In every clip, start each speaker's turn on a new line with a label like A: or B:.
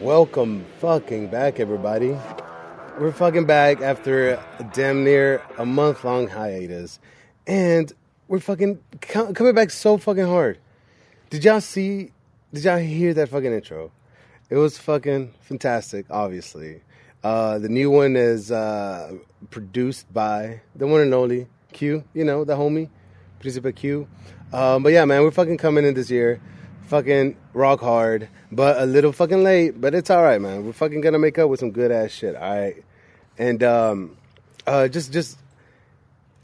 A: Welcome fucking back, everybody. We're fucking back after damn near a month long hiatus. And we're fucking co- coming back so fucking hard. Did y'all see, did y'all hear that fucking intro? It was fucking fantastic, obviously. Uh, the new one is uh, produced by the one and only Q, you know, the homie, produced by Q. Um, but yeah, man, we're fucking coming in this year fucking rock hard, but a little fucking late. But it's all right, man. We're fucking gonna make up with some good ass shit. All right, and um, uh, just just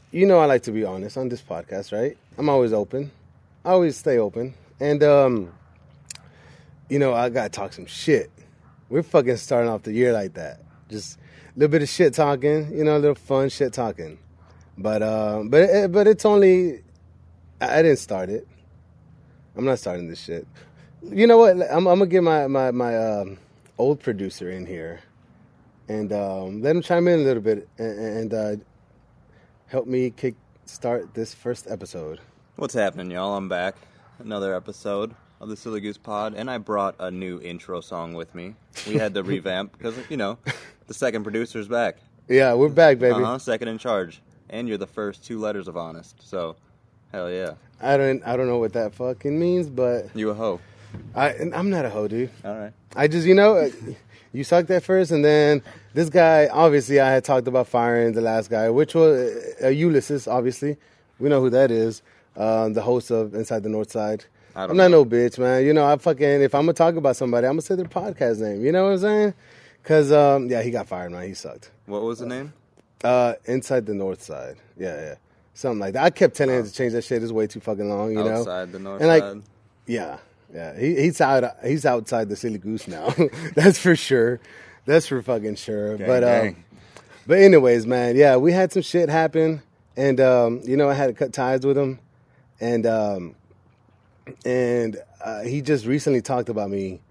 A: you know, I like to be honest on this podcast, right? I'm always open. I always stay open, and um, you know, I gotta talk some shit. We're fucking starting off the year like that. Just a little bit of shit talking, you know, a little fun shit talking. But um, but it, but it's only I I didn't start it. I'm not starting this shit. You know what? I'm, I'm gonna get my my my um, old producer in here, and um, let him chime in a little bit and, and uh, help me kick start this first episode.
B: What's happening, y'all? I'm back. Another episode of the Silly Goose Pod, and I brought a new intro song with me. We had to revamp because, you know, the second producer's back.
A: Yeah, we're back, baby.
B: Uh-huh, second in charge. And you're the first two letters of honest. So, hell yeah.
A: I don't I don't know what that fucking means, but
B: You a hoe.
A: I and I'm not a hoe, dude.
B: All right.
A: I just you know. uh, You sucked at first, and then this guy. Obviously, I had talked about firing the last guy, which was uh, Ulysses. Obviously, we know who that is. Um, the host of Inside the North Side.
B: I don't
A: I'm not
B: know.
A: no bitch, man. You know, I fucking if I'm gonna talk about somebody, I'm gonna say their podcast name. You know what I'm saying? Cause um, yeah, he got fired, man. He sucked.
B: What was the name?
A: Uh, Inside the North Side. Yeah, yeah, something like that. I kept telling him to change that shit. It's way too fucking long. Uh, You know,
B: Oh. Outside the North
A: and like,
B: Side.
A: yeah, yeah. He, he's out. He's outside the silly goose now. That's for sure. That's for fucking sure. but um,
B: dang.
A: but anyways, man. Yeah, we had some shit happen, and um, you know, I had to cut ties with him, and um, and uh, he just recently talked about me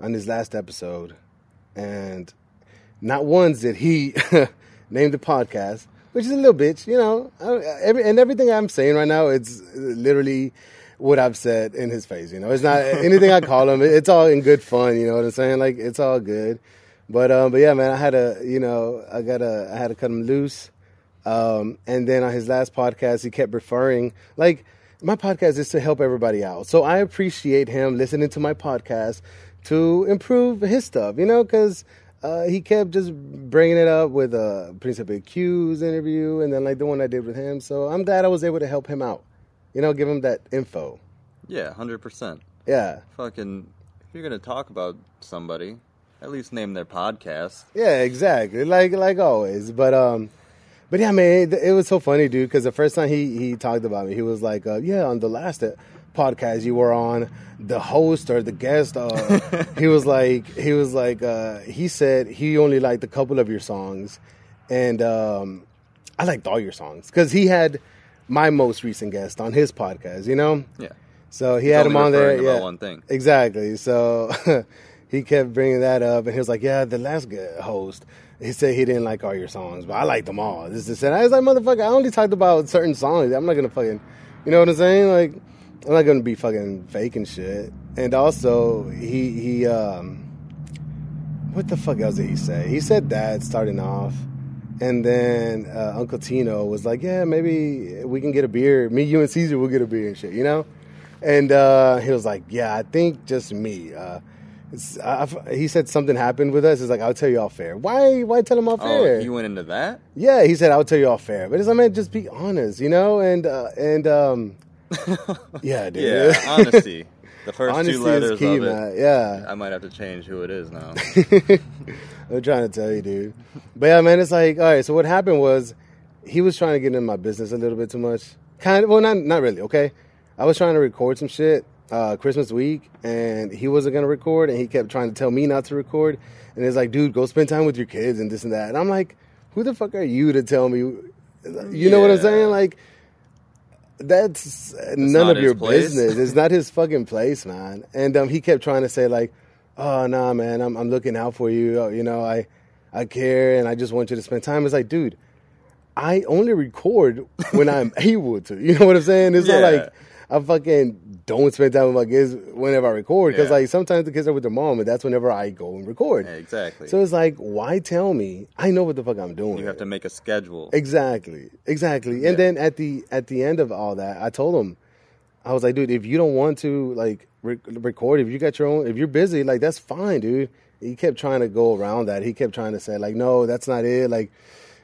A: on his last episode, and not once did he name the podcast, which is a little bitch, you know. I, every, and everything I'm saying right now, it's literally what I've said in his face. You know, it's not anything I call him. It's all in good fun. You know what I'm saying? Like it's all good. But um, but yeah, man, I had to, you know, I gotta, I had to cut him loose. Um, and then on his last podcast, he kept referring like my podcast is to help everybody out. So I appreciate him listening to my podcast to improve his stuff, you know, because uh, he kept just bringing it up with uh, Principe Q's interview and then like the one I did with him. So I'm glad I was able to help him out, you know, give him that info.
B: Yeah, 100%.
A: Yeah,
B: Fucking, if you're going to talk about somebody, at least name their podcast.
A: yeah, exactly, like like always. But um, but yeah, man, it, it was so funny, dude. Because the first time he he talked about me, he was like, uh, "Yeah, on the last uh, podcast you were on, the host or the guest, uh, he was like, he was like, uh, he said he only liked a couple of your songs, and um, I liked all your songs because he had my most recent guest on his podcast, you know."
B: Yeah.
A: So he had
B: only
A: him on there.
B: referring about
A: yeah.
B: one thing.
A: Exactly. So he kept bringing that up, and he was like, "Yeah, the last gu- host, he said he didn't like all your songs, but I like them all." This is and I was like, "Motherfucker, I only talked about certain songs. I'm not gonna fucking, you know what I'm saying? Like, I'm not gonna be fucking faking shit." And also, he he um, what the fuck else did he say? He said that starting off. And then uh, Uncle Tino was like, "Yeah, maybe we can get a beer. Me, you, and Caesar will get a beer and shit, you know." And uh, he was like, "Yeah, I think just me." Uh, it's, I, I- he said something happened with us. He's like, "I'll tell you all fair." Why? Why tell him all
B: Oh,
A: fair?
B: you went into that?
A: yeah, he said, "I'll tell you all fair." But it's like, man, just be honest, you know. And uh, and um, yeah, dude.
B: Yeah, honesty. The first
A: Honesty
B: two letters
A: is key,
B: of it.
A: man. Yeah.
B: I might have to change who it is now.
A: I'm trying to tell you, dude. But yeah, man, it's like, all right. So what happened was, he was trying to get in my business a little bit too much. Kind of, well, not not really. Okay, I was trying to record some shit uh, Christmas week, and he wasn't gonna record, and he kept trying to tell me not to record. And it's like, dude, go spend time with your kids and this and that. And I'm like, who the fuck are you to tell me? You know what I'm
B: Yeah.
A: saying? Like, that's none
B: not
A: of your
B: his place.
A: business. It's not his fucking place, man. And um, he kept trying to say like, "Oh, nah, man, I'm I'm looking out for you. Oh, You know, I I care, and I just want you to spend time." It's like, dude, I only record when I'm able to. You know what I'm saying? It's
B: Yeah.
A: not like I fucking don't spend time with my kids whenever I record because
B: Yeah.
A: like sometimes the kids are with their mom and that's whenever I go and record.
B: Yeah, exactly.
A: So it's like, why tell me? I know what the fuck I'm doing.
B: you have to make a schedule.
A: Exactly, exactly.
B: Yeah.
A: And then at the at the end of all that, I told him, I was like, dude, if you don't want to like re- record, if you got your own, if you're busy, like that's fine, dude. He kept trying to go around that. He kept trying to say like, no, that's not it. Like,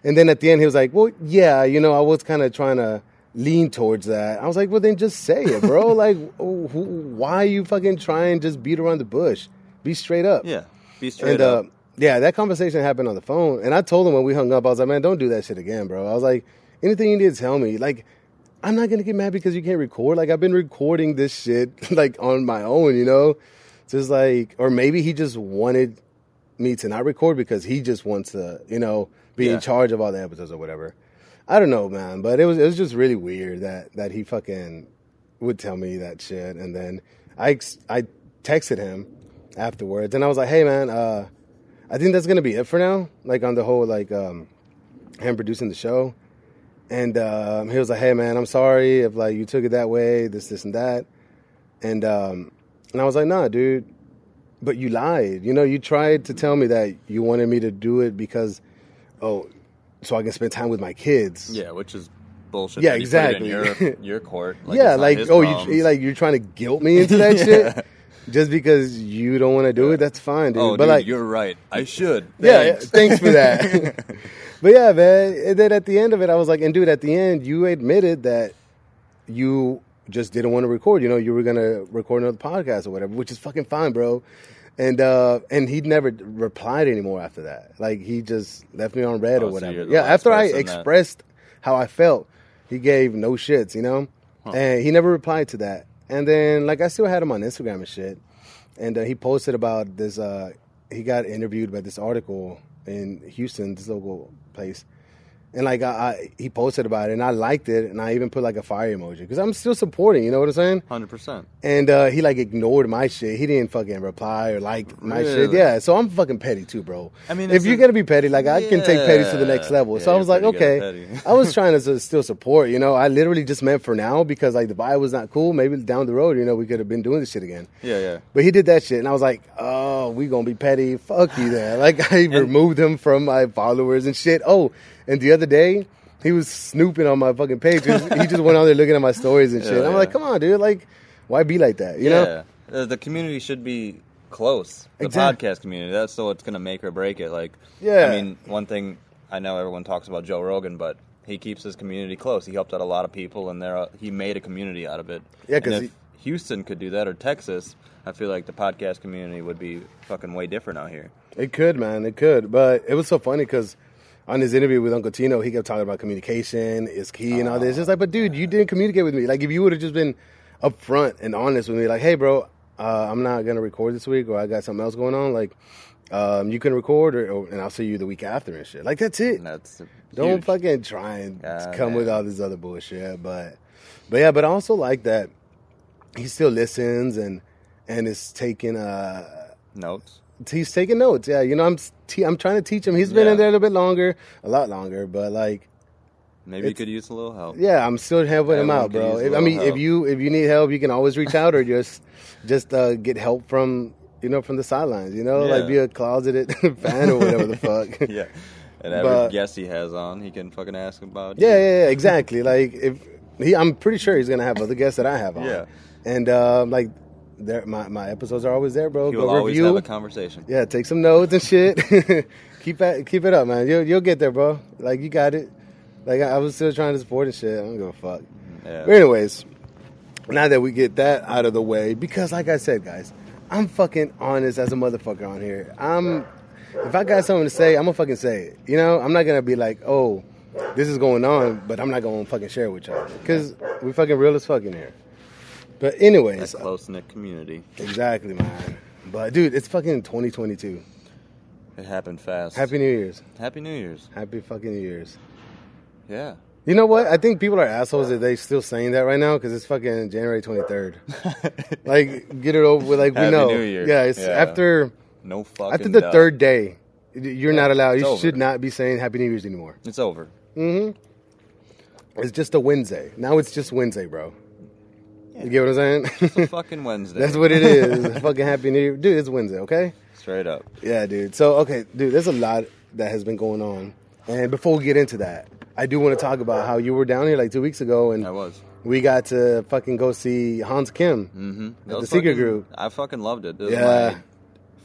A: and then at the end, he was like, well, yeah, you know, I was kind of trying to lean towards that. I was like, well, then just say it, bro. like, who, why you fucking trying to just beat around the bush? Be straight up
B: Yeah, be
A: and,
B: straight up.
A: Uh, yeah, that conversation happened on the phone, and I told him when we hung up, I was like, "Man, don't do that shit again, bro." I was like, "Anything you need to tell me, like, I'm not gonna get mad because you can't record. Like, I've been recording this shit like on my own, you know. Just like, or maybe he just wanted me to not record because he just wants to, you know, be
B: Yeah.
A: in charge of all the episodes or whatever. I don't know, man, but it was it was just really weird that that he fucking would tell me that shit, and then I ex- I texted him afterwards, and I was like, hey, man, uh, I think that's gonna be it for now, like on the whole like um, him producing the show, and um, he was like, hey, man, I'm sorry if like you took it that way, this, this, and that, and um, and I was like, nah, dude, but you lied. You know, you tried to tell me that you wanted me to do it because, oh, so I can spend time with my kids.
B: yeah, which is bullshit.
A: Yeah,
B: that you put it in
A: exactly.
B: your, your court. Like,
A: yeah,
B: it's not
A: like
B: his
A: oh,
B: problems.
A: you like you're trying to guilt me into that
B: Yeah.
A: shit just because you don't want to do it. That's fine, dude.
B: oh,
A: but
B: dude,
A: like,
B: you're right. I should.
A: yeah, yeah,
B: Thanks.
A: thanks for that. but yeah, man. And then at the end of it, I was like, and dude, at the end, you admitted that you just didn't want to record. You know, you were gonna record another podcast or whatever, which is fucking fine, bro. And uh and he never replied anymore after that. Like he just left me on red
B: Oh,
A: or
B: so
A: whatever.
B: you're the
A: yeah,
B: last
A: after I
B: person that-
A: expressed how I felt, he gave no shits, you know. And he never replied to that. And then like I still had him on Instagram and shit. And uh, he posted about this. Uh, he got interviewed by this article in Houston, this local place and like I, I he posted about it and I liked it and I even put like a fire emoji because I'm still supporting. You know what I'm saying?
B: Hundred percent.
A: And uh, he like ignored my shit. He didn't fucking reply or like my shit.
B: Really?
A: Yeah, so I'm fucking petty too, bro.
B: I mean,
A: if
B: it's
A: you're
B: a-
A: gonna be petty, like I can take petty to the next
B: Yeah.
A: level.
B: Yeah,
A: so I
B: you're
A: was like,
B: pretty good at
A: okay,
B: petty.
A: I was trying to s- still support. You know, I literally just meant for now because like the vibe was not cool. Maybe down the road, you know, we could have been doing this shit again.
B: Yeah, yeah.
A: But he did that shit, and I was like, "Oh, we gonna be petty? Fuck you, then." Like I removed him from my followers and shit. Oh, and the other day he was snooping on my fucking page. He just he just went on there looking at my stories and shit.
B: Yeah,
A: I'm
B: Oh, yeah.
A: like, "Come on, dude! Like, why be like that? You know?"
B: Yeah. The, the community should be close. The
A: Exact-
B: podcast community. That's so it's gonna make or break it. Like
A: Yeah.
B: I mean, one thing I know everyone talks about Joe Rogan, but he keeps his community close. He helped out a lot of people and there he made a community out of it.
A: Yeah,
B: And
A: 'cause
B: if
A: he-
B: Houston could do that or Texas, I feel like the podcast community would be fucking way different out here.
A: It could, man. It could. But it was so funny because on his interview with Uncle Tino, he kept talking about communication is key and all this. It's like, but dude, you didn't communicate with me. Like, if you would have just been upfront and honest with me, like, hey, bro, uh, I'm not going to record this week or I got something else going on, like, um, you can record or, or, and I'll see you the week after and shit. Like, that's it.
B: And that's
A: Don't
B: huge.
A: fucking try and
B: God,
A: come with
B: man.
A: all this other bullshit. But, but yeah, but I also like that he still listens and, and is taking, uh,
B: notes.
A: he's taking notes. Yeah, you know, I'm te- I'm trying to teach him. He's been
B: Yeah.
A: in there a little bit longer, a lot longer, but like,
B: Maybe you
A: It's-
B: could use a little help.
A: yeah, I'm still helping him
B: Everyone
A: out,
B: could
A: bro.
B: use a
A: If, I
B: little
A: mean, if
B: help.
A: you if you need help, you can always reach out or just just uh, get help from you know from the sidelines. You know, like
B: Yeah.
A: be a closeted fan or whatever the fuck. yeah.
B: yeah. And
A: But-
B: every guest he has on, he can fucking ask about.
A: yeah, yeah, exactly. like if he, I'm pretty sure he's gonna have other guests that I have on.
B: Yeah.
A: and um, like. There, my, my episodes are always there, bro.
B: He
A: Go
B: will always
A: review.
B: have a conversation.
A: Yeah, take some notes and shit. keep that, keep it up, man. You'll you'll get there, bro. Like you got it. Like I, I was still trying to support and shit. I don't give a fuck.
B: Yeah.
A: But anyways, now that we get that out of the way, because like I said, guys, I'm fucking honest as a motherfucker on here. I'm if I got something to say, I'm gonna fucking say it. You know, I'm not gonna be like, oh, this is going on, but I'm not gonna fucking share it with y'all because we fucking real as fucking here. But
B: That
A: anyways,
B: close knit community.
A: exactly, man. But dude, it's fucking 2022.
B: It happened fast.
A: Happy New Year's.
B: Happy New Year's.
A: Happy fucking New Year's.
B: Yeah.
A: You know what? I think people are assholes that they still saying that right now because it's fucking January 23rd. like, get it over with. Like, we
B: Happy
A: know.
B: New Year.
A: Yeah, it's
B: Yeah.
A: after
B: No fucking.
A: after the
B: doubt.
A: third day. You're not allowed.
B: it's
A: You
B: over.
A: should not be saying Happy New Year's anymore.
B: It's over.
A: It's just a Wednesday. Now it's just Wednesday, bro. You get what I'm saying?
B: Fucking Wednesday.
A: That's what it is. fucking happy new year, dude. It's Wednesday, okay?
B: Straight up.
A: Yeah, dude. So okay, dude, there's a lot that has been going on, and before we get into that, I do want to talk about how you were down here like two weeks ago, and
B: I was.
A: we got to fucking go see Hans Kim.
B: Mm-hmm.
A: the secret group.
B: I fucking loved it. It was
A: Yeah.
B: my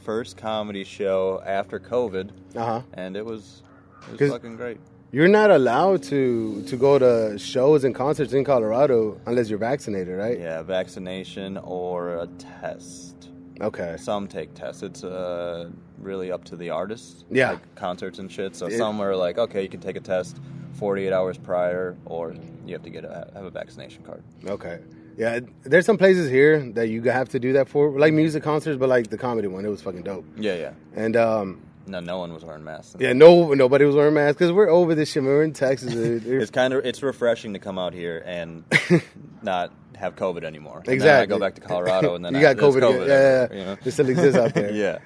B: first comedy show after COVID,
A: Uh huh.
B: and it was it
A: 'Cause-
B: was fucking great.
A: You're not allowed to to go to shows and concerts in Colorado unless you're vaccinated, right?
B: Yeah, vaccination or a test.
A: Okay.
B: Some take tests. It's uh, really up to the artist.
A: Yeah.
B: Like concerts and shit. So
A: It-
B: some are like, okay, you can take a test 48 hours prior, or you have to get a, have a vaccination card.
A: Okay. Yeah, there's some places here that you have to do that for, like music concerts, but like the comedy one, it was fucking dope.
B: Yeah, yeah.
A: And um,
B: No, no one was wearing masks.
A: yeah, no, nobody was wearing masks because we're over this shit. man. We're in Texas. dude.
B: It's kind of it's refreshing to come out here and not have COVID anymore. And then
A: exactly.
B: I go back to Colorado and then
A: you
B: I,
A: got
B: there's
A: COVID. again. yeah,
B: everywhere,
A: yeah,
B: you know?
A: yeah. it still exists out there.
B: yeah.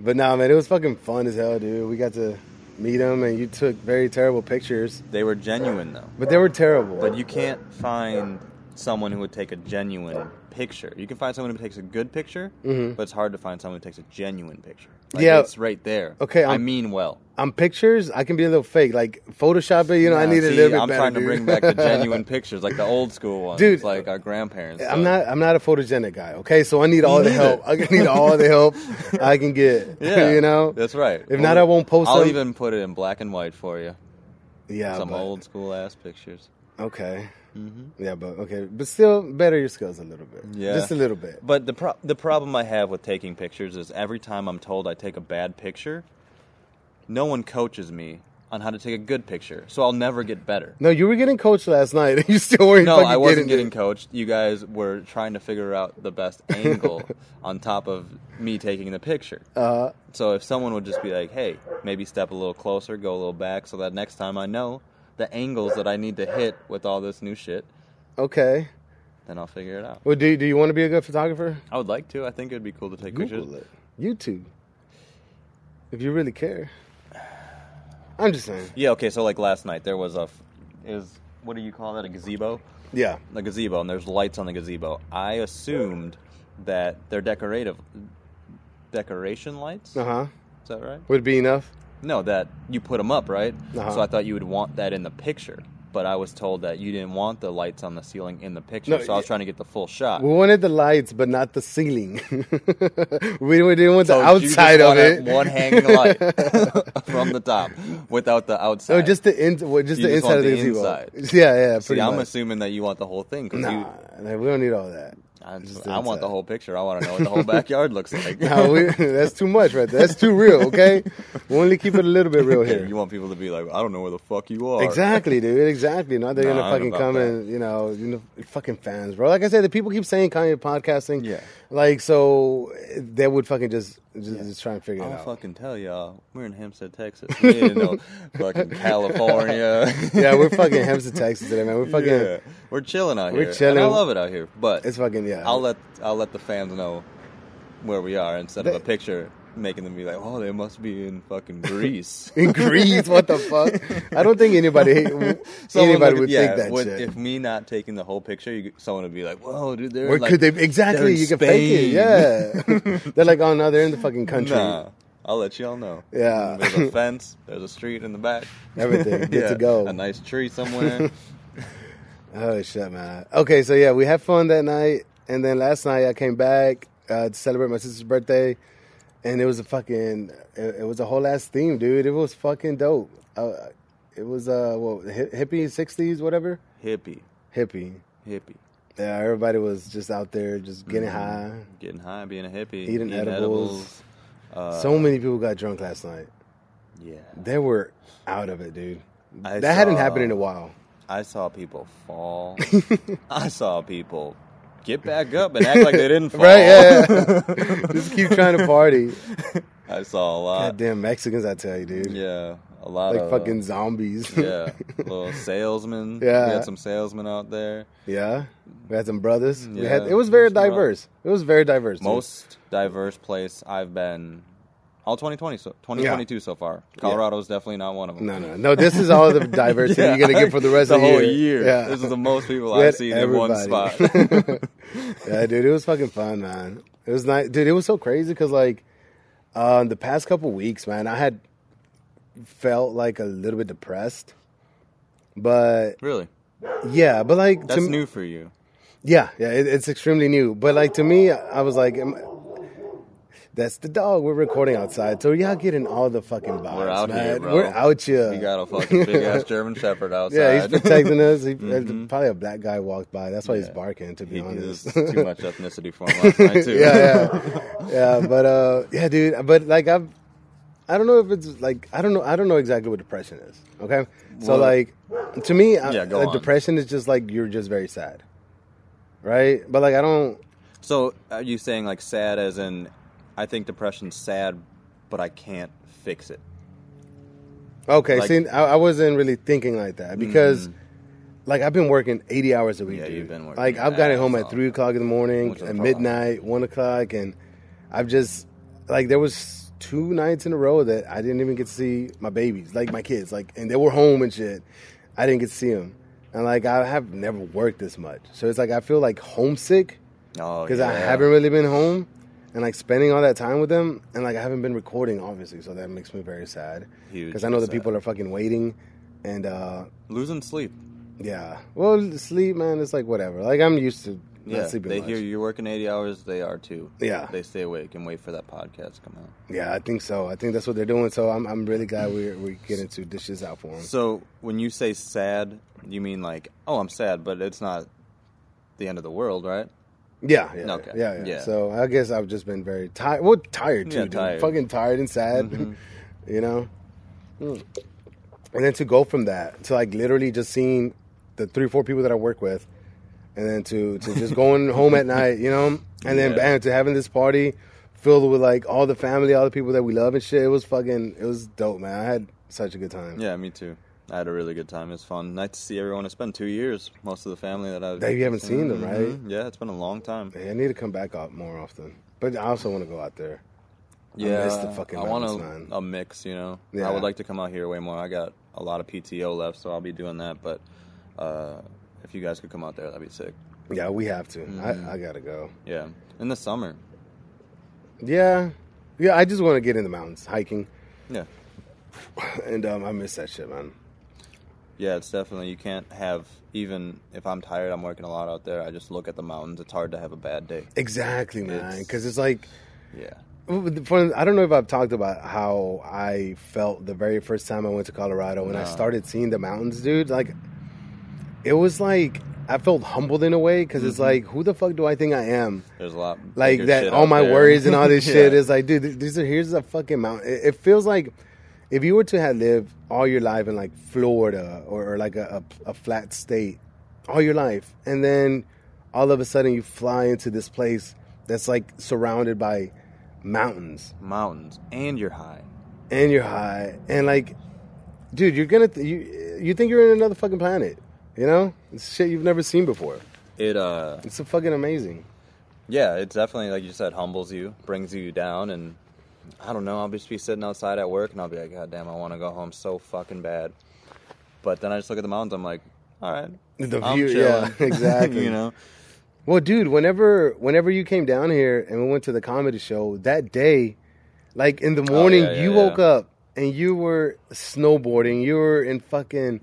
A: But nah, man, it was fucking fun as hell, dude. We got to meet him, and you took very terrible pictures,
B: They were genuine though,
A: but they were terrible.
B: but you can't find someone who would take a genuine picture. You can find someone who takes a good picture, but it's hard to find someone who takes a genuine picture. Like,
A: Mm-hmm. Yeah.
B: it's right there.
A: Okay,
B: i
A: I'm-
B: mean well.
A: on pictures, I can be a little fake, like Photoshop it. You know, I
B: Nah,
A: need a
B: see,
A: little bit
B: I'm
A: better,
B: trying to
A: dude.
B: bring back the genuine pictures, like the old school ones,
A: Dude,
B: like our grandparents.
A: I'm
B: So-
A: not. I'm not a photogenic guy. Okay, so I need all the
B: neither.
A: help. I need all the help I can get.
B: Yeah,
A: you know.
B: that's right.
A: If not, I won't post
B: I'll
A: them.
B: even put it in black and white for you.
A: yeah.
B: Some
A: but-
B: old school ass pictures.
A: Okay. Yeah, but okay, but still better your skills a little bit.
B: Yeah.
A: just a little bit.
B: But the pro- the problem I have with taking pictures is every time I'm told I take a bad picture, no one coaches me on how to take a good picture, so I'll never get better.
A: No, you were getting coached last night. and You still weren't.
B: No,
A: fucking
B: I wasn't
A: getting
B: getting coached. You guys were trying to figure out the best angle on top of me taking the picture.
A: Uh,
B: So if someone would just be like, "Hey, maybe step a little closer, go a little back, so that next time I know the angles that I need to hit with all this new shit,"
A: okay.
B: then I'll figure it out.
A: Well, do do you want to be a good photographer?
B: I would like to. I think it would be cool to take
A: Google
B: pictures.
A: it. YouTube. If you really care. I'm just saying.
B: Yeah. Okay. So like last night, there was a f- is what do you call that? A gazebo.
A: Yeah.
B: A gazebo, and there's lights on the gazebo. I assumed that they're decorative decoration lights.
A: Uh huh.
B: Is that right?
A: Would be enough.
B: No, that you put them up, right?
A: Uh-huh.
B: So I thought you would want that in the picture, but I was told that you didn't want the lights on the ceiling in the picture.
A: No,
B: so I was trying to get the full shot.
A: We wanted the lights, but not the ceiling. we, we didn't want
B: so
A: the
B: you just
A: outside of
B: want a-
A: it.
B: one hanging light from the top, without the outside.
A: No, Oh, just the in, well, just
B: You
A: the
B: just
A: inside
B: want
A: of the
B: the
A: gazebo.
B: inside.
A: Yeah, yeah, pretty
B: See, I'm
A: much.
B: assuming that you want the whole thing because you
A: nah, nah, we don't need all that.
B: I,
A: Just
B: I want the
A: inside.
B: whole picture. I want to know what the whole backyard looks like.
A: No, we, that's too much, right? There. That's too real. Okay, we only keep it a little bit real here.
B: you want people to be like, I don't know where the fuck you are.
A: Exactly, dude. Exactly. Not they're
B: Nah,
A: gonna
B: I
A: fucking
B: ain't
A: come
B: about
A: and you know, you know, fucking fans, bro. Like I said, the people keep saying Kanye podcasting.
B: Yeah.
A: Like so, they would fucking just just, just try and figure
B: I'll
A: it out.
B: fucking tell y'all. We're in Hempstead, Texas. We ain't no fucking California.
A: yeah, we're fucking Hempstead, Texas today, man. We're fucking.
B: Yeah. We're chilling out
A: We're
B: here. and
A: chilling.
B: I love it out here. But
A: It's fucking yeah.
B: I'll let I'll let the fans know where we are instead of
A: They-
B: a picture making them be like, oh, they must be in fucking Greece.
A: in Greece, what the fuck? I don't think anybody anybody
B: Someone look-
A: would
B: yeah,
A: think that
B: would-
A: shit.
B: If me not taking the whole picture, you, someone would be like, "Whoa, dude, they're
A: Where
B: like,
A: could they
B: they're
A: exactly?
B: in
A: You can fake it.
B: Spain."
A: Yeah, they're like, oh no, they're in the fucking country.
B: Nah, I'll let y'all know.
A: Yeah.
B: there's a fence. There's a street in the back.
A: Everything good
B: Yeah,
A: to go.
B: A nice tree somewhere.
A: Oh shit, man. Okay, so yeah, we had fun that night, and then last night I came back uh, to celebrate my sister's birthday, and it was a fucking, it, it was a whole ass theme, dude. It was fucking dope. Uh, it was uh, what hi- hippie sixties, whatever,
B: hippie,
A: hippie.
B: hippie,
A: Yeah, everybody was just out there, just getting high.
B: getting high, being a hippie,
A: Eating edibles.
B: Mm-hmm. edibles. Uh,
A: so many people got drunk last night.
B: yeah,
A: They were out of it, dude.
B: I
A: that hadn't
B: saw-
A: happened in a while.
B: I saw people fall. I saw people get back up and act like they didn't fall.
A: Right? Yeah. yeah. just keep trying to party.
B: I saw a lot.
A: Goddamn Mexicans, I tell you, dude.
B: Uh, Yeah, a lot
A: Like
B: of
A: fucking zombies.
B: yeah, little salesman.
A: Yeah.
B: we had some salesmen out there.
A: Yeah, we had some brothers. We
B: Yeah,
A: had it was very
B: some brothers.
A: diverse. It was very diverse. dude.
B: Most diverse place I've been all 2020 so 2022 so far. Colorado's definitely not one of them.
A: No, no, no. This is all the diversity
B: Yeah,
A: you're gonna get for the rest
B: the
A: of
B: whole
A: the
B: year.
A: Yeah.
B: This is the most people
A: We
B: I've
A: had
B: seen in one spot.
A: everybody. yeah, dude, it was fucking fun, man. It was nice, dude. It was so crazy because like uh, the past couple weeks, man, I had felt like a little bit depressed, but
B: really,
A: yeah, but like
B: that's
A: me-
B: new for you.
A: yeah, yeah, it, it's extremely new. But like to me, I was like, am- that's the dog. We're recording outside, so y'all getting all the fucking vibes,
B: We're out
A: man.
B: here, bro.
A: We're out here.
B: We got a fucking big ass German Shepherd outside.
A: Uh, yeah, he's protecting us. He, Probably a black guy walked by. That's why he's barking. To be
B: He-
A: honest,
B: this is too much ethnicity for him last night too.
A: yeah, yeah, yeah. But uh, yeah, dude. But like, I've, I don't know if it's like I don't know I don't know exactly what depression is. Okay, so
B: Well-
A: like to me, I-
B: Yeah, go
A: like,
B: on.
A: depression is just like you're just very sad, right? But like I don't.
B: So are you saying like sad as in I think depression's sad, but I can't fix it.
A: Okay,
B: Like- Mm.
A: see, I, I wasn't really thinking like that because. Like I've been working eighty hours a week.
B: Yeah,
A: dude.
B: you've been working
A: Like I've
B: your
A: gotten
B: ass
A: home at
B: off.
A: three o'clock in the morning,
B: Which is
A: at
B: fine.
A: midnight, one o'clock, and I've just like there was two nights in a row that I didn't even get to see my babies, like my kids, like and they were home and shit. I didn't get to see them, and like I have never worked this much, so it's like I feel like homesick
B: Oh,
A: because I
B: yeah.
A: haven't really been home and like spending all that time with them, and like I haven't been recording, obviously, so that makes me very sad.
B: Huge
A: Because I know the
B: sad.
A: people are fucking waiting, and. uh
B: losing sleep.
A: yeah. Well, sleep, man, it's like whatever. Like I'm used to not
B: Yeah,
A: sleeping
B: they
A: much.
B: hear you're working eighty hours. They are too.
A: Yeah.
B: they stay awake and wait for that podcast to come out.
A: Yeah, I think so. I think that's what they're doing. So I'm, I'm really glad we're we're getting to dishes out for them.
B: So when you say sad, you mean like, oh, I'm sad, but it's not the end of the world, right?
A: Yeah, yeah,
B: Okay.
A: yeah, yeah,
B: Yeah.
A: So I guess I've just been very tired. Well, tired too,
B: Yeah,
A: dude.
B: tired. Mm-hmm.
A: Fucking tired and sad. you know. Mm. And then to go from that to like literally just seeing the three or four people that I work with, and then to to just going home at night, you know, and then
B: Yeah.
A: bam to having this party filled with like all the family, all the people that we love and shit. It was fucking, it was dope, man. I had such a good time.
B: Yeah, me too. I had a really good time. It's fun. Nice to see everyone. It's been two years. Most of the family that I've
A: That you haven't seen them, right?
B: Mhm. Yeah, it's been a long time.
A: Hey, I need to come back out more often, but I also want to go out there.
B: Yeah,
A: miss the fucking
B: I want
A: mountains, man.
B: a, a mix. You know,
A: Yeah.
B: I would like to come out here way more. I got a lot of PTO left, so I'll be doing that. But uh, if you guys could come out there, that'd be sick.
A: Yeah, we have to.
B: Mm-hmm.
A: I, I gotta go.
B: Yeah, in the summer.
A: Yeah, yeah. I just want to get in the mountains hiking,
B: Yeah,
A: and um, I miss that shit, man.
B: yeah. It's definitely you can't have even if I'm tired. I'm working a lot out there. I just look at the mountains. It's hard to have a bad day.
A: Exactly, man.
B: It's-
A: Because it's like,
B: Yeah.
A: for, I don't know if I've talked about how I felt the very first time I went to Colorado when I
B: No.
A: started seeing the mountains, dude. Like, it was like I felt humbled in a way because it's like, who the fuck do I think I am?
B: There's a lot
A: like
B: bigger
A: that
B: shit
A: all
B: out
A: my
B: there.
A: worries and all this
B: Yeah.
A: shit is like dude th- these are here's a fucking mountain it, it feels like if you were to have lived all your life in like florida or, or like a, a, a flat state all your life and then all of a sudden you fly into this place that's like surrounded by mountains
B: mountains and you're high.
A: and you're high and like dude you're gonna th- you you think you're in another fucking planet you know it's shit you've never seen before
B: It uh
A: it's so fucking amazing
B: yeah, it definitely like you said humbles you, brings you down and I don't know, I'll just be sitting outside at work and I'll be like god damn, I want to go home so fucking bad. But then I just look at the mountains, I'm like, all right.
A: The
B: I'm
A: view-
B: chilling.
A: yeah, exactly.
B: you know.
A: Well, dude, whenever whenever you came down here and we went to the comedy show that day, like in the morning,
B: Oh, yeah,
A: you
B: yeah,
A: woke
B: yeah.
A: up and you were snowboarding. You were in fucking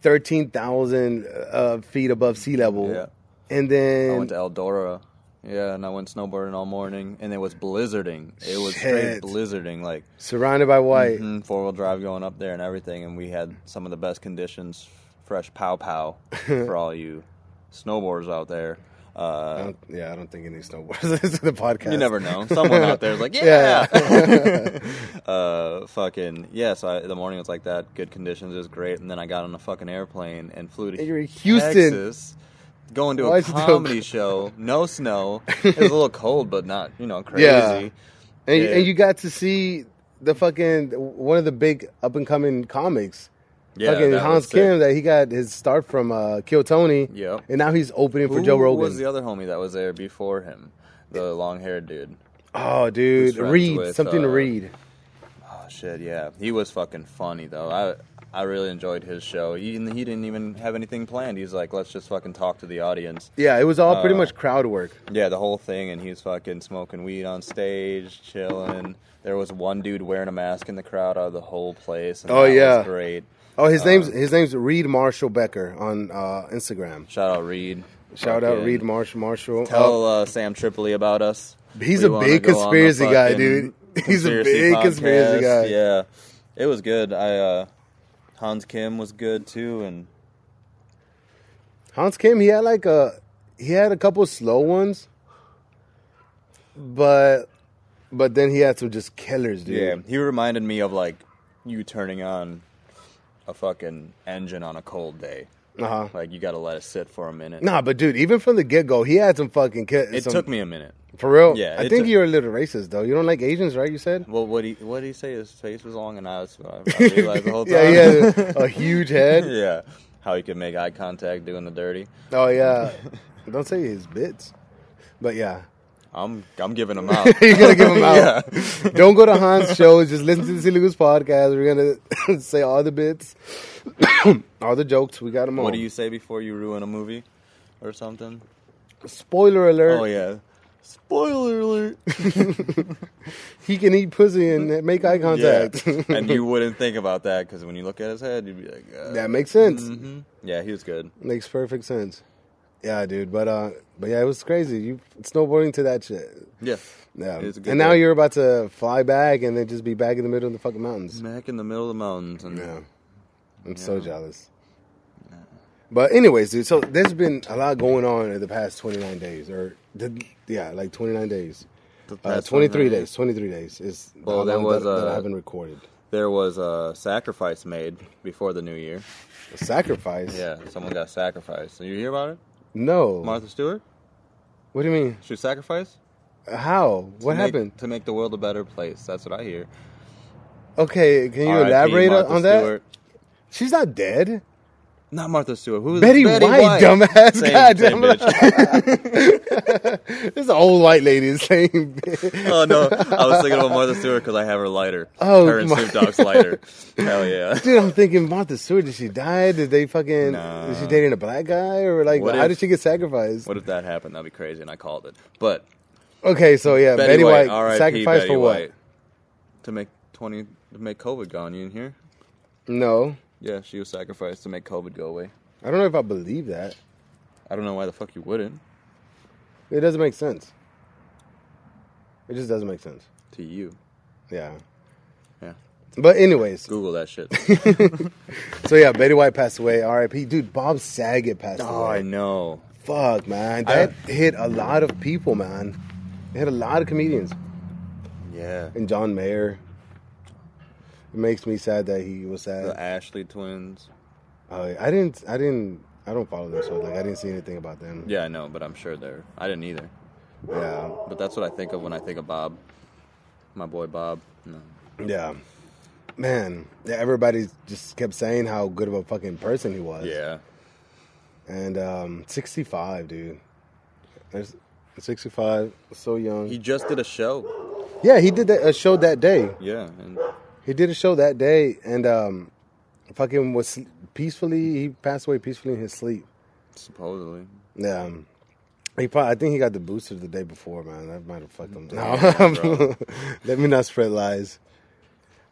A: thirteen thousand uh, feet above sea level,
B: Yeah.
A: and
B: I
A: then
B: went to Eldora. Yeah, and I went snowboarding all morning and it was blizzarding. It was
A: Shit.
B: straight blizzarding like
A: surrounded by white.
B: four wheel drive going up there and everything, and we had some of the best conditions, fresh pow pow for all you snowboarders out there.
A: I
B: Uh,
A: don't- yeah, I don't think any snowboarders listen to the podcast.
B: you never know. Someone out there is like,
A: Oh, Yeah.
B: yeah. uh, fucking yeah. So I, the morning was like that. Good conditions it was great, and then I got on a fucking airplane and flew to
A: And you're in Houston.
B: Texas, going to
A: Why
B: a
A: is it so
B: comedy
A: cold?
B: show. No snow. It was a little cold, but not you know crazy.
A: and,
B: Yeah.
A: and you got to see the fucking one of the big up and coming comics.
B: Yeah,
A: fucking
B: that
A: Hans
B: was sick.
A: Kim that he got his start from uh, Kill Tony.
B: Yep.
A: And now he's opening for
B: Who
A: Joe Rogan.
B: was the other homie that was there before him? The long haired dude.
A: Oh, dude,
B: friends
A: read
B: with,
A: something to
B: uh,
A: read.
B: Oh, shit, yeah. He was fucking funny though. I I really enjoyed his show. He he didn't even have anything planned. He's like, let's just fucking talk to the audience.
A: Yeah, it was all pretty
B: Uh,
A: much crowd work.
B: Yeah, the whole thing, and he was fucking smoking weed on stage, chilling. There was one dude wearing a mask in the crowd out of the whole place. And
A: Oh,
B: that
A: yeah.
B: was great.
A: Oh,
B: uh,
A: his name's his name's Reed Marshall Becker on uh, Instagram.
B: Shout out Reed.
A: Shout out
B: Fucking
A: Reed Marshall Marshall.
B: Tell uh, Sam Tripoli about us.
A: He's
B: We
A: a
B: wanna
A: big
B: go on the
A: conspiracy guy,
B: fucking
A: dude. He's a
B: conspiracy
A: big conspiracy
B: podcast.
A: guy.
B: Yeah, it was good. I uh, Hans Kim was good too, and
A: Hans Kim, he had like a he had a couple slow ones, but but then he had some just killers, dude.
B: yeah, he reminded me of like you turning on a fucking engine on a cold day.
A: Uh-huh.
B: Like you got to let it sit for a minute.
A: Nah, but dude, even from the get go, he had some fucking kids.
B: it took me a minute.
A: for real.
B: Yeah,
A: I
B: it
A: think
B: took-
A: you're a little racist though. You don't like Asians, right? You said.
B: Well, what he what did he say? His face was long, and I was I realized the whole time.
A: yeah, he had a, a huge head.
B: yeah. How he could make eye contact doing the dirty.
A: Oh yeah, don't say his bits, but yeah,
B: I'm I'm giving him out.
A: you're gonna give him out. Don't go to Hans' shows. Just listen to the Silly Goose podcast. We're gonna say all the bits, all the jokes. We got them all.
B: What do you say before you ruin a movie or something?
A: Spoiler alert.
B: Oh yeah. Spoiler alert.
A: He can eat pussy and make eye contact.
B: Yeah. and you wouldn't think about that because when you look at his head, you'd be like, uh,
A: that makes sense.
B: mhm. Yeah, he was good.
A: Makes perfect sense. Yeah, dude. But uh, but yeah, it was crazy. You snowboarding to that shit.
B: Yeah.
A: Yeah.
B: It was a
A: And
B: good
A: now
B: day.
A: you're about to fly back and then just be back in the middle of the fucking mountains.
B: Smack in the middle of the mountains. And
A: Yeah. I'm so jealous. But anyways, dude. So there's been a lot going on in the past 29 days, or the, yeah, like 29 days,
B: the
A: uh,
B: past
A: 23
B: one,
A: days, 23 days is
B: Well,
A: how
B: there
A: long
B: was,
A: that, that I
B: uh,
A: haven't recorded.
B: There was a sacrifice made before the new year.
A: A sacrifice.
B: Yeah, someone got sacrificed. Did you hear about it?
A: No.
B: Martha Stewart?
A: what do you mean?
B: She was sacrificed?
A: How? What
B: To make-
A: happened?
B: To make the world a better place. That's what I hear.
A: Okay, can you
B: R.I.P.
A: elaborate
B: Martha
A: on that?
B: Stewart.
A: She's not dead.
B: Not Martha Stewart. Who is
A: Betty,
B: Betty
A: White, dumbass.
B: Same-
A: Goddamn.
B: same bitch.
A: This is an old white lady saying. bitch.
B: oh no, I was thinking about Martha Stewart because I have her lighter.
A: Oh,
B: her and
A: my-
B: Snoop Dogg's lighter. Hell yeah.
A: Dude, I'm thinking Martha Stewart. Did she die? Did they fucking?
B: Nah.
A: Is she dating a black guy or like?
B: What
A: how
B: if-
A: did she get sacrificed?
B: What if that happened? That'd be crazy, and I called it. But
A: Okay, so yeah,
B: Betty, White, R.I.P.
A: sacrificed
B: Betty
A: for what?
B: White, to make twenty to make COVID gone. You in here?
A: No,
B: Yeah, she was sacrificed to make COVID go away.
A: I don't know if I believe that.
B: I don't know why the fuck you wouldn't.
A: It doesn't make sense. It just doesn't make sense.
B: To you,
A: Yeah.
B: yeah.
A: But anyways,
B: Google that shit.
A: Oh, so yeah, Betty White passed away. R.I.P. Dude, Bob Saget passed
B: oh,
A: away.
B: I know.
A: Fuck, man. That hit a lot of people, man. It hit a lot of comedians.
B: Yeah,
A: And John Mayer. It makes me sad that he was
B: the
A: sad.
B: Ashley twins.
A: Uh, I didn't, I didn't, I don't follow them, so like I didn't see anything about them.
B: Yeah, I know, but I'm sure they're. I didn't either.
A: Yeah.
B: But that's what I think of when I think of Bob, my boy Bob. No.
A: Yeah. Man, yeah, everybody just kept saying how good of a fucking person he was.
B: Yeah.
A: And um, 65, dude. There's 65, so young.
B: He just did a show.
A: yeah, he did that, a show that day.
B: Yeah. And
A: He did a show that day and um, fucking was sl- peacefully. He passed away peacefully in his sleep.
B: supposedly.
A: Yeah. um, He probably, I think he got the booster the day before, man. That might have fucked him. No,
B: bro.
A: let me not spread lies.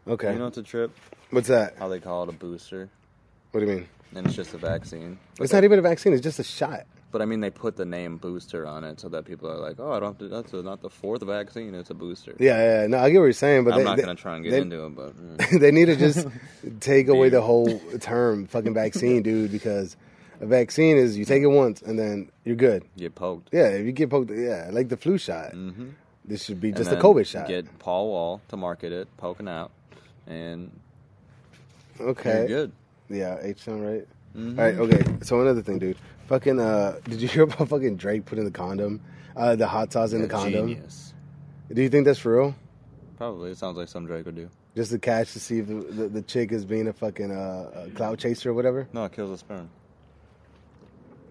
A: Okay,
B: You know it's a trip?
A: what's that?
B: How they call it a booster.
A: What do you mean?
B: And it's just a vaccine.
A: It's not even a vaccine. It's just a shot.
B: But I mean, they put the name booster on it so that people are like, oh, I don't have to. That's not the fourth vaccine, it's a booster.
A: Yeah, yeah. No, I get what you're saying, but
B: I'm
A: they,
B: not
A: they-
B: going to try and get
A: they,
B: into it, but. mm.
A: they need to just take away the
B: Dude.
A: whole term "fucking vaccine," dude, because a vaccine is you take it once and then you're good.
B: Get poked.
A: Yeah, if you get poked, yeah, like the flu shot. This should be
B: Mm-hmm. And
A: just a
B: then
A: COVID shot.
B: Get Paul Wall to market it, poking out, and
A: okay.
B: you're good.
A: Yeah, H sound right. All right. Okay. So another thing, dude. Fucking. Uh, did you hear about fucking Drake putting the condom, uh, the hot sauce in the condom?
B: Genius.
A: Do you think that's for real?
B: Probably. It sounds like some Drake would do.
A: Just to catch to see if the, the, the chick is being a fucking uh, a cloud chaser or whatever.
B: No, it kills the sperm.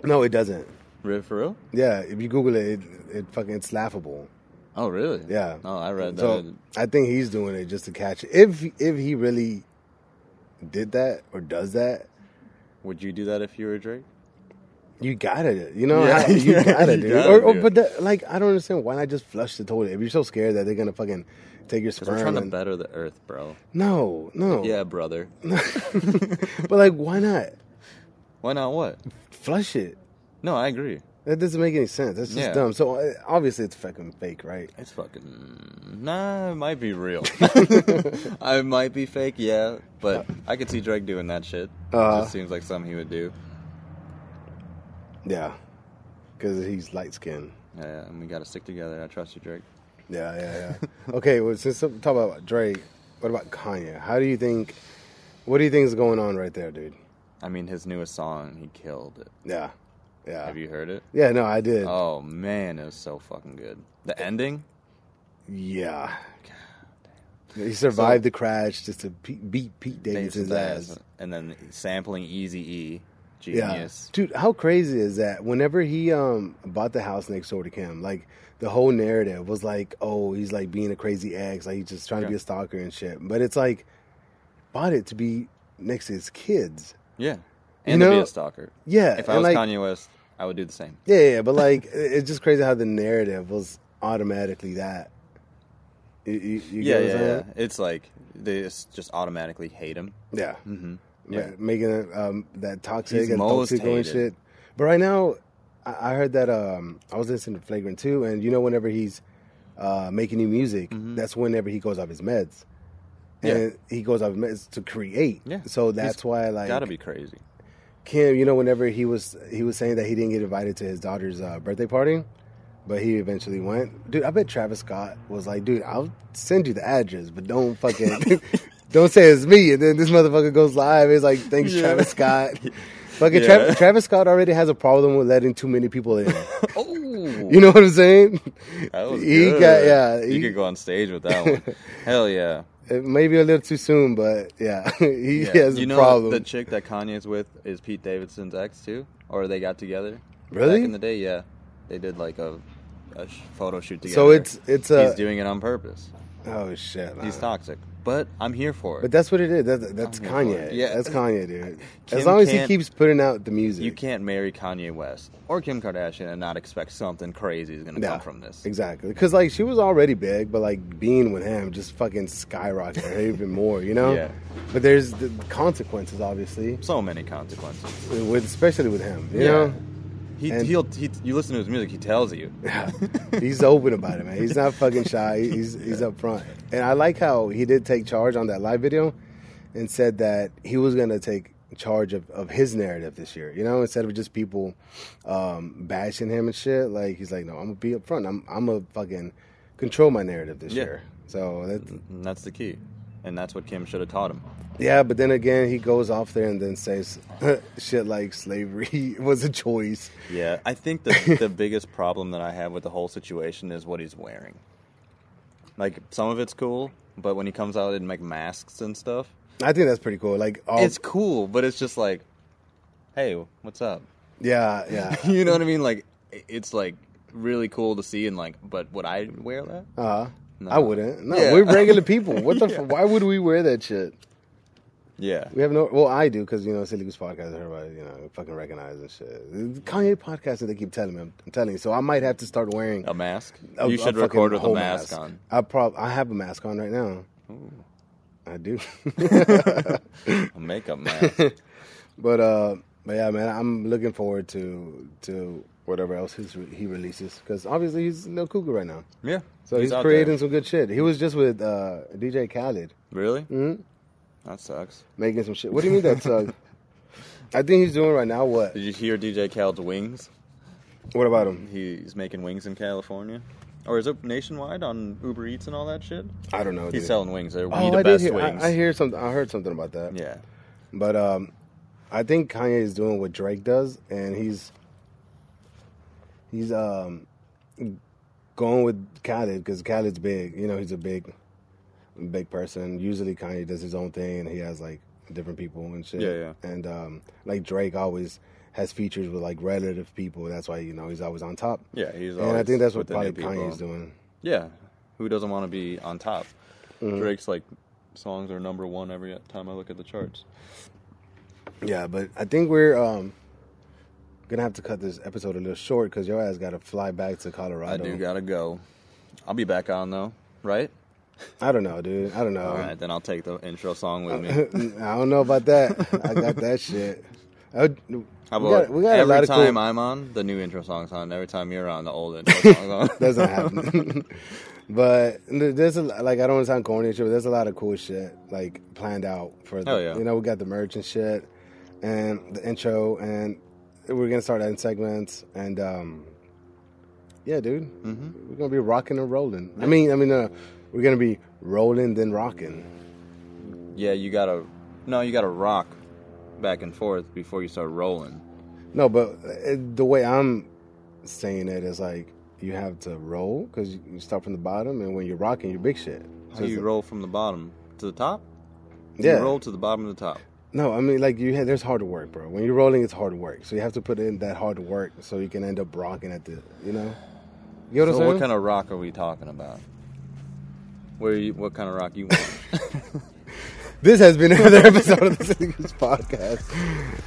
A: No, it doesn't.
B: Really, for real?
A: Yeah, if you Google it, it, it fucking it's laughable.
B: Oh, really?
A: Yeah.
B: Oh, I read
A: So
B: that.
A: I think he's doing it just to catch it. If if he really did that or does that,
B: Would you do that if you were Drake?
A: you gotta, you know,
B: Yeah,
A: you
B: yeah,
A: gotta,
B: you
A: dude.
B: gotta
A: or, or,
B: do it.
A: but that, like, I don't understand why not just flush the toilet if you're so scared that they're gonna fucking take your
B: Because we're
A: sperm.
B: trying to
A: and-
B: better the earth, bro.
A: no, no,
B: Yeah, brother.
A: but like, why not
B: Why not what?
A: flush it?
B: No, I agree.
A: That doesn't make any sense. That's just
B: Yeah.
A: dumb. So uh, obviously, it's fucking fake, right?
B: It's fucking. Nah, it might be real. I might be fake, yeah, but I could see Drake doing that shit. it
A: Uh-huh.
B: just seems like something he would do.
A: Yeah, because he's light skinned.
B: Yeah, and we gotta stick together. I trust you, Drake.
A: Yeah, yeah, yeah. okay, well, since we talk about Drake, what about Kanye? How do you think? What do you think is going on right there, dude?
B: I mean, his newest song, he killed it.
A: Yeah, yeah,
B: Have you heard it?
A: yeah. No, I did.
B: Oh man, it was so fucking good. The ending?
A: yeah. He survived the crash just to pe- beat Pete Davidson's ass.
B: And then sampling Easy E,
A: Yeah,
B: genius.
A: dude, how crazy is that? Whenever he um bought the house next door to Kim, like the whole narrative was like, oh, he's like being a crazy ex, like he's just trying to
B: Yeah.
A: be a stalker and shit. But it's like bought it to be next to his kids.
B: Yeah.
A: You
B: And to be
A: know-
B: a stalker.
A: Yeah,
B: If I
A: and,
B: was
A: like,
B: Kanye West, I would do the same.
A: Yeah, yeah, but like it- it's just crazy how the narrative was automatically that. You, you, you
B: Yeah,
A: get what
B: yeah,
A: I'm
B: yeah.
A: saying?
B: It's like they just just automatically hate him.
A: yeah,
B: Mm-hmm.
A: Ma-
B: Yeah.
A: making it, um, that toxic
B: He's
A: and
B: most
A: toxic and
B: hated.
A: shit. But right now, I, I heard that um, I was listening to Flagrant too, and you know, whenever he's uh, making new music,
B: Mm-hmm.
A: that's whenever he goes off his meds, and he goes off his meds to create.
B: Yeah.
A: so
B: He's
A: that's why like
B: Gotta be crazy.
A: Kim, you know, whenever he was he was saying that he didn't get invited to his daughter's uh, birthday party, but he eventually went. Dude, I bet Travis Scott was like, "Dude, I'll send you the address, but don't fucking don't say it's me." And then this motherfucker goes live. It's like, "Thanks,
B: Yeah.
A: Travis Scott." Fucking
B: Yeah.
A: Travis, Travis Scott already has a problem with letting too many people in.
B: Oh,
A: You know what I'm saying?
B: that was
A: he
B: good.
A: got- yeah,
B: you
A: he-
B: could go on stage with that one. Hell yeah.
A: It may be a little too soon, but yeah, he
B: Yeah.
A: has
B: you
A: a
B: know
A: problem.
B: the chick that Kanye's with is Pete Davidson's ex too, or they got together.
A: Really?
B: Back in the day, yeah, they did like a, a sh- photo shoot together.
A: so it's it's a
B: he's doing it on purpose.
A: oh shit. man.
B: He's toxic, but I'm here for it.
A: But that's what it is. That's, that's
B: here for
A: Kanye.
B: it. Yeah.
A: that's Kanye, dude.
B: Kim
A: as long as he
B: can't-
A: keeps putting out the music,
B: you can't marry Kanye West or Kim Kardashian and not expect something crazy is going to
A: Yeah,
B: come from this.
A: Exactly, because like she was already big, but like being with him just fucking skyrocketed her even more, you know.
B: Yeah.
A: But there's the consequences, obviously,
B: So many consequences.
A: with especially with him, you
B: Yeah.
A: know.
B: He,
A: And-
B: he'll, he, you listen to his music, he tells you.
A: he's open about it, man. He's not fucking shy. He's he's up front. And I like how he did take charge on that live video and said that he was gonna take charge of, of his narrative this year, you know, instead of just people um bashing him and shit. Like he's like, No, I'm gonna be up front. I'm I'm gonna fucking control my narrative this
B: Yeah.
A: year. So that
B: And that's the key. And that's what Kim should have taught him.
A: yeah, but then again he goes off there and then says shit like slavery was a choice.
B: Yeah, I think the the biggest problem that I have with the whole situation is what he's wearing. Like some of it's cool, but when he comes out in like masks and stuff,
A: I think that's pretty cool. Like all
B: it's cool, but it's just like, hey, what's up?
A: yeah, yeah.
B: You know what I mean? Like i- it's like really cool to see and like, but would I wear that?
A: Uh,
B: No.
A: I wouldn't. No,
B: Yeah.
A: we're regular people. What the? fu- Why would we wear that shit?
B: Yeah,
A: We have no. Well, I do because you know, Silly Goose podcast. Everybody, you know, fucking recognize and shit. Kanye podcast, and they keep telling me. I'm, I'm telling you. So I might have to start wearing.
B: a mask.
A: a-
B: you
A: a
B: should
A: fucking
B: record with a
A: whole
B: mask, on.
A: I prob. I have a mask on right now. I do.
B: A makeup mask.
A: but uh, but yeah, man, I'm looking forward to to whatever else his, he releases because obviously he's a little cougar right now.
B: yeah.
A: So he's,
B: out there.
A: creating some good shit. He was just with uh, DJ Khaled.
B: Really? Mm-hmm. That sucks.
A: making some shit. What do you mean that sucks? I think he's doing right now. What?
B: Did you hear DJ Khaled's wings?
A: What about him?
B: He's making wings in California. Or is it nationwide on Uber Eats and all that shit?
A: I don't know.
B: He's
A: dude.
B: selling wings. They're we
A: Oh,
B: the
A: I did
B: best
A: hear.
B: wings.
A: I, I hear something. I heard something about that.
B: Yeah.
A: But um, I think Kanye is doing what Drake does, and he's he's um going with Khaled because Khaled's big. You know, he's a big big person. Usually, Kanye does his own thing, and he has like different people and shit.
B: Yeah, yeah.
A: And um, like Drake always has features with like relative people. That's why you know he's always on top.
B: Yeah, he's
A: and I
B: always
A: think that's what
B: with the new
A: probably
B: people.
A: Kanye's doing.
B: Yeah, who doesn't want to be on top?
A: Mm-hmm.
B: Drake's like songs are number one every time I look at the charts.
A: Yeah, but I think we're um, gonna have to cut this episode a little short because your ass got to fly back to Colorado.
B: I, do gotta go. I'll be back on though, right?
A: I don't know, dude. I don't know.
B: All right, then I'll take the intro song
A: Uh,
B: with me.
A: I don't know about that. I got that shit. I would-
B: How
A: we
B: about
A: got, we got a
B: every
A: lot of
B: time
A: cool,
B: I'm on, the new intro song's on. Every time you're on, the old intro song's on.
A: doesn't happen. but there's a, like I don't want to sound corny and shit, but there's a lot of cool shit like planned out for. The,
B: Hell Oh, yeah.
A: You know, we got the merch and shit, and the intro, and we're gonna start adding segments, and um, yeah, dude,
B: Mm-hmm.
A: we're gonna be rocking and rolling. I mean, I mean, uh, we're gonna be rolling then rocking.
B: Yeah, you gotta. No, you gotta rock back and forth before you start rolling.
A: No, but uh, the way I'm saying it is like you have to roll because you start from the bottom, and when you're rocking, you're big shit.
B: How
A: So
B: do you
A: it's-
B: roll from the bottom to the top? You
A: Yeah.
B: roll to the bottom of the top.
A: No, I mean like you. Had, there's hard work, bro. When you're rolling, it's hard work. So you have to put in that hard work so you can end up rocking at the. You know. You know what
B: so
A: I'm
B: what
A: saying?
B: kind of rock are we talking about? Where you, what kind of rock you want?
A: this has been another episode of the Sneakers Podcast.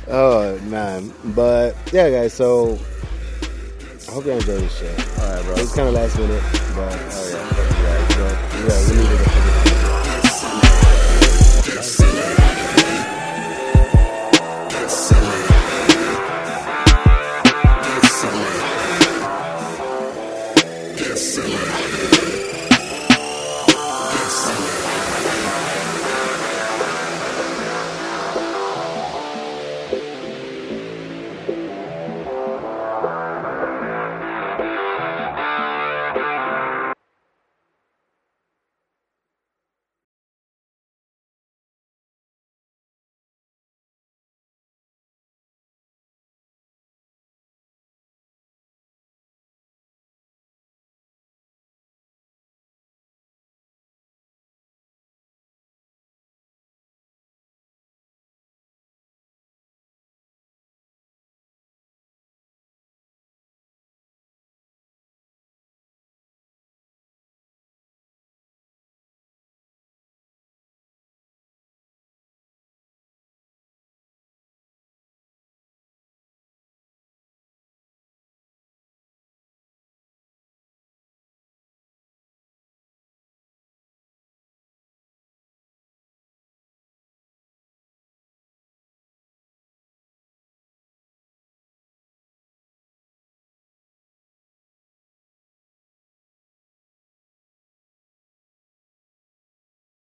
A: Oh man, but yeah, guys. So I hope you enjoy this shit.
B: All right, bro.
A: It's kind of last minute, but
B: Oh yeah. Fuck you guys, bro.
A: yeah, we needed it.